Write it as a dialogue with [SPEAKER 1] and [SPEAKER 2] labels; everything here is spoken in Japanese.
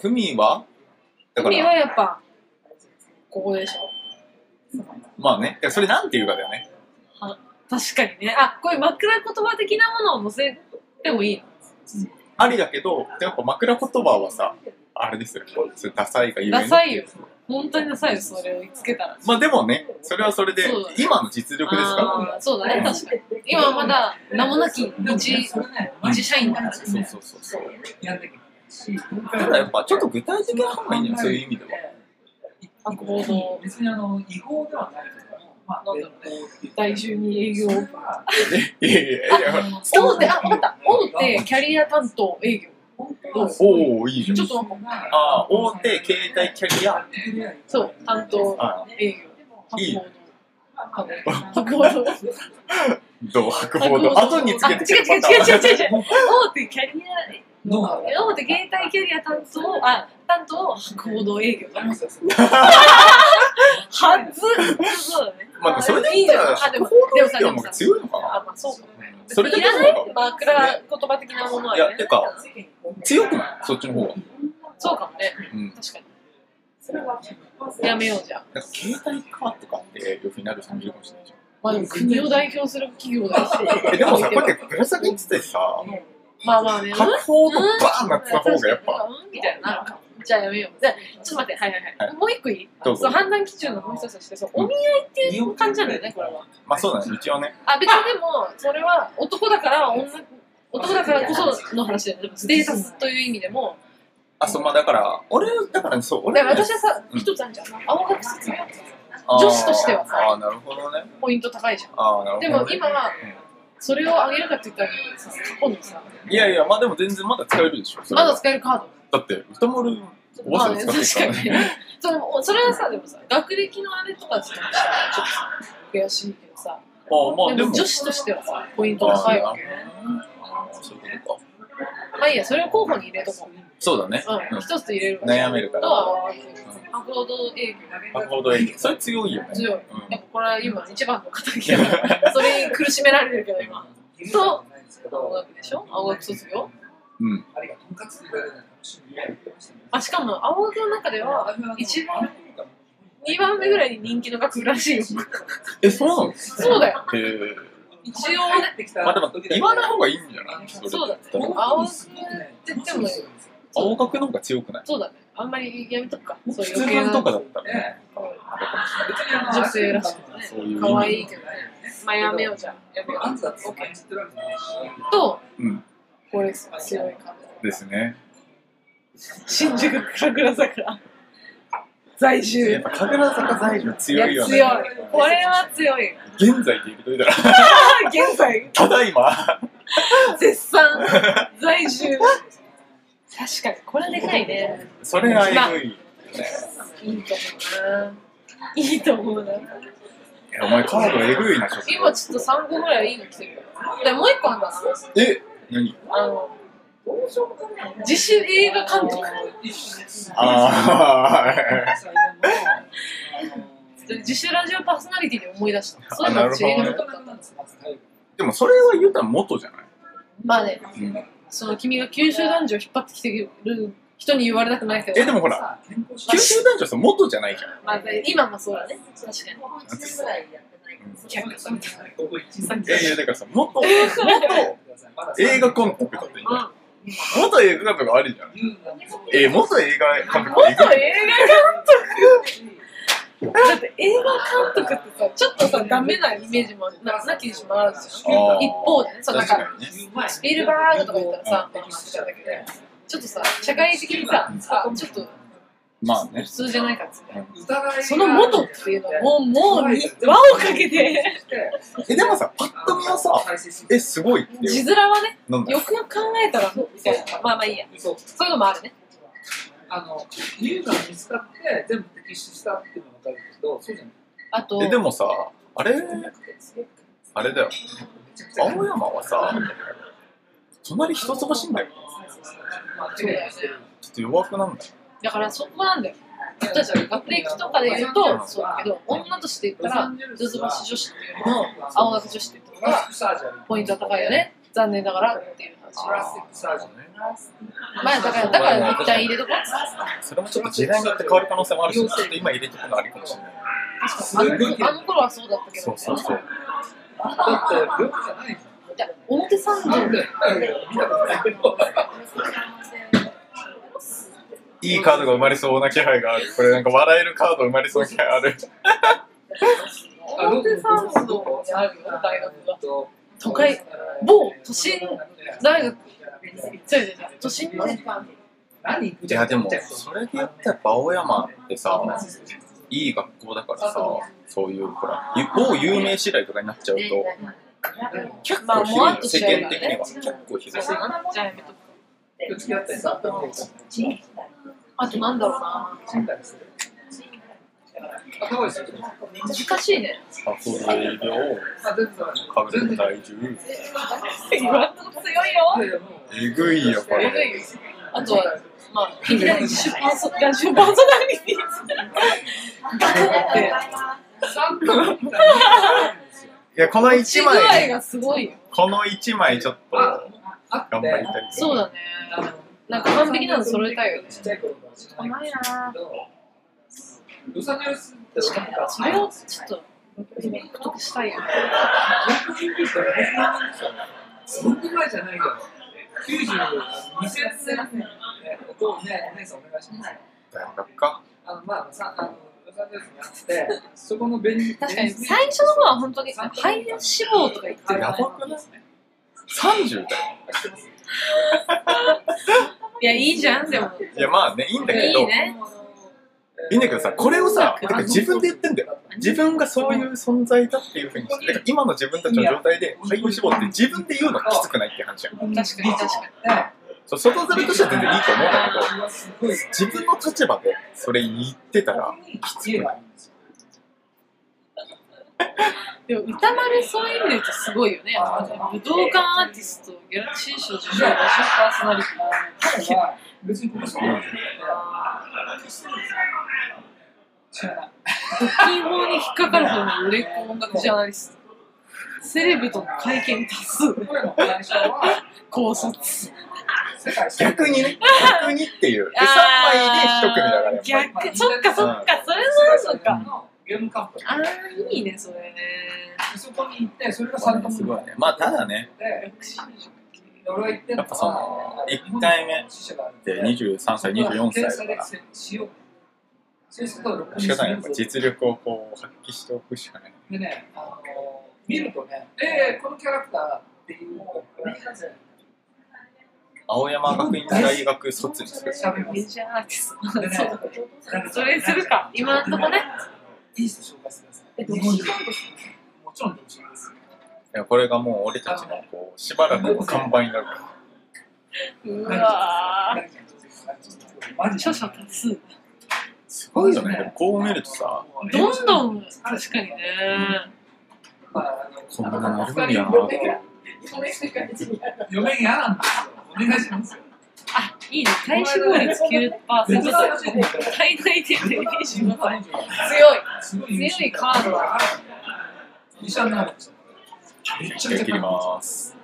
[SPEAKER 1] ふみはだか
[SPEAKER 2] 海は
[SPEAKER 1] ら、
[SPEAKER 2] やっぱ、ここでしょ。
[SPEAKER 1] まあね、いやそれなんていうかだよね。
[SPEAKER 2] 確かにね。あ、こういう枕言葉的なものを載せてもいいの
[SPEAKER 1] ありだけど、やっぱ枕言葉はさ、あれですよ、こうそれダサいがゆえの
[SPEAKER 2] ダサいよ。本当にダサいよ、それをつけたら。
[SPEAKER 1] まあでもね、それはそれで
[SPEAKER 2] そうだね、
[SPEAKER 1] 今の実力ですから。
[SPEAKER 2] あーそうだね、確かに。今まだ名もなき一一社員だから。
[SPEAKER 1] そうそうそうそう。
[SPEAKER 3] やんなきゃ
[SPEAKER 1] ただやっぱちょっと具体的な方がいいんじゃないそういう意味では。
[SPEAKER 2] あ行動
[SPEAKER 3] 別にあの違法ではないけども、まあ、
[SPEAKER 2] なんだろ
[SPEAKER 3] う
[SPEAKER 2] 第10に営業。
[SPEAKER 1] いやいやいや、
[SPEAKER 2] 大手、あ、わかった。大手キャリア担当営業。
[SPEAKER 1] おおいいじゃん。
[SPEAKER 2] ちょっと
[SPEAKER 1] ああ、大手携帯キャリア。
[SPEAKER 2] そう、担当
[SPEAKER 1] あ
[SPEAKER 2] 営業。
[SPEAKER 1] いい
[SPEAKER 2] 博報堂。博報堂。
[SPEAKER 1] どう白報の後につけてき
[SPEAKER 2] あ違う違う
[SPEAKER 1] るパ
[SPEAKER 2] 違う
[SPEAKER 1] ターン。
[SPEAKER 2] 違う違う。大手キャリア、え
[SPEAKER 3] ノウハウ
[SPEAKER 2] 大手携帯キャリア担当、あ、担当博報堂営業だ。はず。そうだね。
[SPEAKER 1] まあそれで言ったら、
[SPEAKER 2] あ、でも、でもさ、
[SPEAKER 1] 白報
[SPEAKER 2] でも
[SPEAKER 1] の方が
[SPEAKER 2] さ、
[SPEAKER 1] 強いのかな
[SPEAKER 2] あ、まあそうか。
[SPEAKER 1] それで
[SPEAKER 2] い
[SPEAKER 1] どう
[SPEAKER 2] ら
[SPEAKER 1] な
[SPEAKER 2] ない
[SPEAKER 1] のか
[SPEAKER 2] 枕言葉的なものはいいらな
[SPEAKER 1] や、
[SPEAKER 2] い
[SPEAKER 1] てか、強くないそっちの方が。
[SPEAKER 2] そうかもね。
[SPEAKER 1] うん。
[SPEAKER 2] 確かに。やめようじゃあ。
[SPEAKER 1] なんか携帯かとかっていうふうになる人もいるかもしれないじ
[SPEAKER 2] まあでも国を代表する企業だし。
[SPEAKER 1] ゃん。え、でもさ、こうやってぶら下げててさ、
[SPEAKER 2] まあまあね。
[SPEAKER 1] 白報とバーンなってた方がやっぱ、
[SPEAKER 2] うんみたいになるかもじゃあやめよう。じゃあ、ちょっと待って、はいはいは。
[SPEAKER 1] はい
[SPEAKER 2] もう一個いい
[SPEAKER 1] どう
[SPEAKER 2] そう
[SPEAKER 1] ぞ。
[SPEAKER 2] 判断基準のもう一つとして、そうお見合いっていう感じなんだよね、これは。
[SPEAKER 1] まあそうだね、一応ね。
[SPEAKER 2] あ、別にでも、それは男だから女、男だからこその話だよね。でもステータスという意味でも、
[SPEAKER 1] あ、そう、まあだから、俺、だからねそう、俺
[SPEAKER 2] だか
[SPEAKER 1] ね、
[SPEAKER 2] ら私はさ、
[SPEAKER 1] うん
[SPEAKER 2] 一つあるじゃん。青学卒業
[SPEAKER 1] あー
[SPEAKER 2] 女子としてはさ
[SPEAKER 1] あーなるほどね。
[SPEAKER 2] ポイント高いじゃん。
[SPEAKER 1] あーなるほど、ね。
[SPEAKER 2] でも今は、それを上げるかって言ったら、さ過去のさ、
[SPEAKER 1] いやいや、まあでも全然まだ使えるでしょ。それ
[SPEAKER 2] ま
[SPEAKER 1] は
[SPEAKER 2] だ使えるカード。
[SPEAKER 1] だって、歌丸、おば
[SPEAKER 2] ま
[SPEAKER 1] あ
[SPEAKER 2] あ
[SPEAKER 1] さん
[SPEAKER 2] ね、
[SPEAKER 1] 使
[SPEAKER 2] 確
[SPEAKER 1] ってるから
[SPEAKER 2] かに
[SPEAKER 1] ね。
[SPEAKER 2] ね。そのそれはさ、でもさ、学歴のあれとかって言ったらちょっと悔しいけどさ、
[SPEAKER 1] ああ、まあ
[SPEAKER 2] で
[SPEAKER 1] で
[SPEAKER 2] も
[SPEAKER 1] も。
[SPEAKER 2] 女子としてはさ、ポイント高いわけよね。
[SPEAKER 1] あーそういうことか
[SPEAKER 2] まあいいや、それを候補に入れとこう。
[SPEAKER 1] そうだね。う
[SPEAKER 2] う、
[SPEAKER 1] んん
[SPEAKER 2] 一つ入れるわ
[SPEAKER 1] 悩めるから
[SPEAKER 2] とは思うけどアコード営業
[SPEAKER 1] なるほど、それ強いよね。
[SPEAKER 2] 強い。
[SPEAKER 1] うん
[SPEAKER 2] やっぱこれは今一番の敵だから、それに苦しめられるけど今。と、青学でしょ青学卒業
[SPEAKER 1] うん。
[SPEAKER 2] あ、しかも青学の中では、一番、2番目ぐらいに人気の学部らしいよ。
[SPEAKER 1] え、そうなのへ
[SPEAKER 2] そうだよ。
[SPEAKER 1] え。
[SPEAKER 2] 一応ね、
[SPEAKER 1] まあでも、言わない方がいいんじゃないそれ
[SPEAKER 2] そうだね
[SPEAKER 1] だって
[SPEAKER 2] 青学って言っても、
[SPEAKER 1] 青学の方が強くない
[SPEAKER 2] そうだね。あんまりやめとくか。そう
[SPEAKER 1] 普
[SPEAKER 2] いう
[SPEAKER 1] 通
[SPEAKER 2] 余計
[SPEAKER 1] 科
[SPEAKER 2] な
[SPEAKER 1] とかだったらね。
[SPEAKER 2] 女性らしく
[SPEAKER 1] そ
[SPEAKER 2] ね。
[SPEAKER 1] ういう。
[SPEAKER 2] 可愛いけどね。まあやめようじゃん。やめよう。と、
[SPEAKER 1] うん。
[SPEAKER 2] これ強い感じ。
[SPEAKER 1] ですね。
[SPEAKER 2] 新宿神楽坂在住
[SPEAKER 1] やっぱ、神楽坂財務強いよね。
[SPEAKER 2] いや強いこれは強い
[SPEAKER 1] 現在って言うといたら、
[SPEAKER 2] あ現在
[SPEAKER 1] ただいま。
[SPEAKER 2] 絶賛在住確かにこれでかいね
[SPEAKER 1] それがえぐい。
[SPEAKER 2] いいと思うないいと思
[SPEAKER 1] え
[SPEAKER 2] うな
[SPEAKER 1] お前カードえぐいな、ちょっ
[SPEAKER 2] 今ちょっと3個ぐらいいいの来てるよでもう1個あんだ
[SPEAKER 1] と。え何
[SPEAKER 2] あの自主映画監督
[SPEAKER 1] ああ、
[SPEAKER 2] 自主ラジオパーソナリティで思い出したそう
[SPEAKER 1] あ
[SPEAKER 2] いえば
[SPEAKER 1] なる
[SPEAKER 2] 自
[SPEAKER 1] ほど
[SPEAKER 2] 主
[SPEAKER 1] ね
[SPEAKER 2] 映画監督だったんです
[SPEAKER 1] でもそれは言うたら元じゃない
[SPEAKER 2] まあね
[SPEAKER 1] うん
[SPEAKER 2] その君が九州男女を引っ張ってきてる人に言われたくないけど
[SPEAKER 1] え、でもほら、九州男女さ、元じゃないじゃん。
[SPEAKER 2] まあ、今もそうだね。確かに。
[SPEAKER 1] いやいや、だからさ、元、元映画監督だっていいじゃん元映画監督があるじゃん。え、元映画監督
[SPEAKER 2] 元
[SPEAKER 1] がい
[SPEAKER 2] 映画
[SPEAKER 1] る
[SPEAKER 2] 監督だって映画監督ってさ、ちょっとさ、ダメなイメージもななきにしもあらずじゃ
[SPEAKER 1] あ
[SPEAKER 2] ん。
[SPEAKER 1] ー
[SPEAKER 2] 一方でね、そう、なん
[SPEAKER 1] 確
[SPEAKER 2] か、
[SPEAKER 1] かにね。
[SPEAKER 2] スピルバーグとか言ったらさ、まあ話しちゃうんだけどねちょっとさ、社会的にさ、あちょっと
[SPEAKER 1] まあね
[SPEAKER 2] 普。通じゃないかっつって。そ
[SPEAKER 3] そ
[SPEAKER 2] の
[SPEAKER 3] の
[SPEAKER 2] 元
[SPEAKER 3] 元
[SPEAKER 2] っていうのはもう、もう、輪をかけて、
[SPEAKER 1] え、でもさ、パッと見はさ、え、すごいって
[SPEAKER 2] 字面はね、
[SPEAKER 1] なんだ
[SPEAKER 2] よくよく考えたら、みたいな。まあまあいいや。そういうのもあるね。
[SPEAKER 3] あの、竜が見つかって全部摘出したっていうのは分かるけど、そうじゃない。
[SPEAKER 2] あと、
[SPEAKER 1] え、でもさ、あれ、あれだよ。青山はさ、隣一つ欲しいんだよ。
[SPEAKER 2] そうだよね。
[SPEAKER 1] ちょっと弱くなんだよ。
[SPEAKER 2] だからそこなんだよ。私は学歴とかで言うと、そうだけど、女として言ったら、ズズバシ女子っていうのも、青学女子って言ったのが、ポイントが高いよね残念ながらっていう話
[SPEAKER 3] プラスティックサージョン。
[SPEAKER 2] まあだからだから一旦入れとこう
[SPEAKER 1] それもちょっと時代によって変わる可能性もあるし、ちょっと今入れてくのありかもしれない。
[SPEAKER 2] 確かにあのあの頃はそうだったけど
[SPEAKER 1] そうそうそう。
[SPEAKER 3] だって、病気じゃないじ
[SPEAKER 2] じゃあ表参
[SPEAKER 3] ゃん。な
[SPEAKER 2] 道
[SPEAKER 3] んで、見たことないけど。
[SPEAKER 1] いいカードが生まれそうな気配があ る。これなんか笑えるカード生まれそうな気配ある。
[SPEAKER 2] 表参道にある大学が都会
[SPEAKER 3] 某
[SPEAKER 2] 某都心
[SPEAKER 3] 大
[SPEAKER 2] 大
[SPEAKER 3] 学
[SPEAKER 2] 学違う違う違う都心の
[SPEAKER 3] 何
[SPEAKER 1] いやでも、それで言ったら、青山ってさ、いい学校だからさ、そういう、ほら、某有名次第とかになっちゃうと、結
[SPEAKER 2] まあ
[SPEAKER 1] 構
[SPEAKER 2] もわ
[SPEAKER 1] 広
[SPEAKER 2] っと
[SPEAKER 1] い、
[SPEAKER 2] し
[SPEAKER 1] 世
[SPEAKER 2] ちゃうよ
[SPEAKER 1] 間
[SPEAKER 2] ね
[SPEAKER 1] 的には。結構広い。
[SPEAKER 2] じゃあやめとく
[SPEAKER 3] 付き合ったりさ
[SPEAKER 2] あとなんだろうな
[SPEAKER 3] 賃貸する頭ですよ
[SPEAKER 2] 難しい ね
[SPEAKER 1] 発営業、
[SPEAKER 3] あ全然
[SPEAKER 1] かぶれ在住。
[SPEAKER 2] 今んとこ強いよ
[SPEAKER 3] いやいやもう
[SPEAKER 1] えぐいよ、こ
[SPEAKER 2] えぐ
[SPEAKER 1] れ。
[SPEAKER 2] いよあとはまあ劇団一種パーソラジオパーソナリティ
[SPEAKER 3] 三分みたいない
[SPEAKER 1] や、この1
[SPEAKER 2] 具合
[SPEAKER 1] 枚、
[SPEAKER 2] がすごいよ
[SPEAKER 1] この1枚ちょっと、
[SPEAKER 3] あ
[SPEAKER 1] 頑
[SPEAKER 3] あって
[SPEAKER 1] 張りたい。
[SPEAKER 2] そうだねなんか完璧なの揃えたいよね
[SPEAKER 3] ちっちゃい頃から知らない
[SPEAKER 4] いな
[SPEAKER 3] けどロサンゼルスって
[SPEAKER 2] 確かにそれ
[SPEAKER 3] を
[SPEAKER 2] をちょっとリメイクとかしたいよね
[SPEAKER 3] すごく前じゃないよ92千年とねお姉さんお願いします
[SPEAKER 1] 大学か。
[SPEAKER 3] あのまあさあのロサンゼルスにあってそこのベニ
[SPEAKER 2] 確かに最初の方は本当に俳優志望とか言ってる
[SPEAKER 1] やばくない ?30 だよ。
[SPEAKER 2] いやいいじゃんでも
[SPEAKER 1] いや、まあね、いいんだけ
[SPEAKER 2] いい
[SPEAKER 1] ど、
[SPEAKER 2] ね
[SPEAKER 1] いいんだけどさ、これをさ、てか自分で言ってんだよ。自分がそういう存在だっていうふうにして、てか今の自分たちの状態で俳優志望って自分で言うのきつくないっていう話やん。
[SPEAKER 2] 確かに確かに
[SPEAKER 1] そう外面としては全然いいと思うんだけど、
[SPEAKER 3] すごい
[SPEAKER 1] 自分の立場でそれ言ってたら、
[SPEAKER 3] きつい
[SPEAKER 2] でも歌丸そういう意味で言うとすごいよね。あの武道館アーティスト、ギャラクシー賞受賞、ラジオパーソナリテ
[SPEAKER 3] 彼は別にこの人なんですよ
[SPEAKER 2] ィ、金法に引っかかるほどの売れっ子音楽ジャーナリスト、セレブとの会見多数、
[SPEAKER 3] 彼の会社は
[SPEAKER 2] 考察。
[SPEAKER 3] 世界最
[SPEAKER 1] 逆にね、逆にっていう。で、3枚で1組だからやっぱり。
[SPEAKER 2] 逆、そっかそっか、それ
[SPEAKER 3] 高
[SPEAKER 2] もあるのか。
[SPEAKER 3] のゲームカンパニ
[SPEAKER 2] あー、いいね、それね。
[SPEAKER 3] ーそこに行ってそれが
[SPEAKER 1] まあ
[SPEAKER 3] 三
[SPEAKER 1] ね
[SPEAKER 3] 冠
[SPEAKER 1] すごいね。まあ、ただね、
[SPEAKER 3] で俺が言ってんの
[SPEAKER 1] やっぱその一回目で
[SPEAKER 3] 二十
[SPEAKER 1] 23歳、24歳だから。仕方ない、やっぱ実力をこう発揮しておくしかない。
[SPEAKER 3] でね、あの見るとね、えー、このキャラクターっていうのを、
[SPEAKER 1] 青山学院大学卒にする。
[SPEAKER 3] 喋りま
[SPEAKER 2] メ
[SPEAKER 3] す。
[SPEAKER 2] ジャーアーティス
[SPEAKER 3] でね
[SPEAKER 2] ト。そう、それするか。今んとこね。
[SPEAKER 3] いい人紹介してくださ
[SPEAKER 2] え
[SPEAKER 3] い。日本人もちろん独身です。
[SPEAKER 1] いやこれがもう俺たちのこうしばらくの看板になるから。
[SPEAKER 2] うわ
[SPEAKER 3] マ
[SPEAKER 2] ー。
[SPEAKER 3] ジ
[SPEAKER 2] 著書多数。
[SPEAKER 1] すごいよね。でもこう見るとさ、
[SPEAKER 2] どんどん、確かにね。
[SPEAKER 1] こんななるんやなって。
[SPEAKER 3] 嫁嫌なんですよ。お願いしますよ。
[SPEAKER 2] あ、いいね。体脂肪率
[SPEAKER 3] 全
[SPEAKER 2] 9%
[SPEAKER 3] 然
[SPEAKER 2] だ。
[SPEAKER 3] 楽しいね
[SPEAKER 2] 体内点で25歳。強い。
[SPEAKER 3] すご
[SPEAKER 2] 強いカードだ。
[SPEAKER 3] 医者になるんですよ。めっちゃ
[SPEAKER 1] 切
[SPEAKER 3] めちゃ
[SPEAKER 1] ります。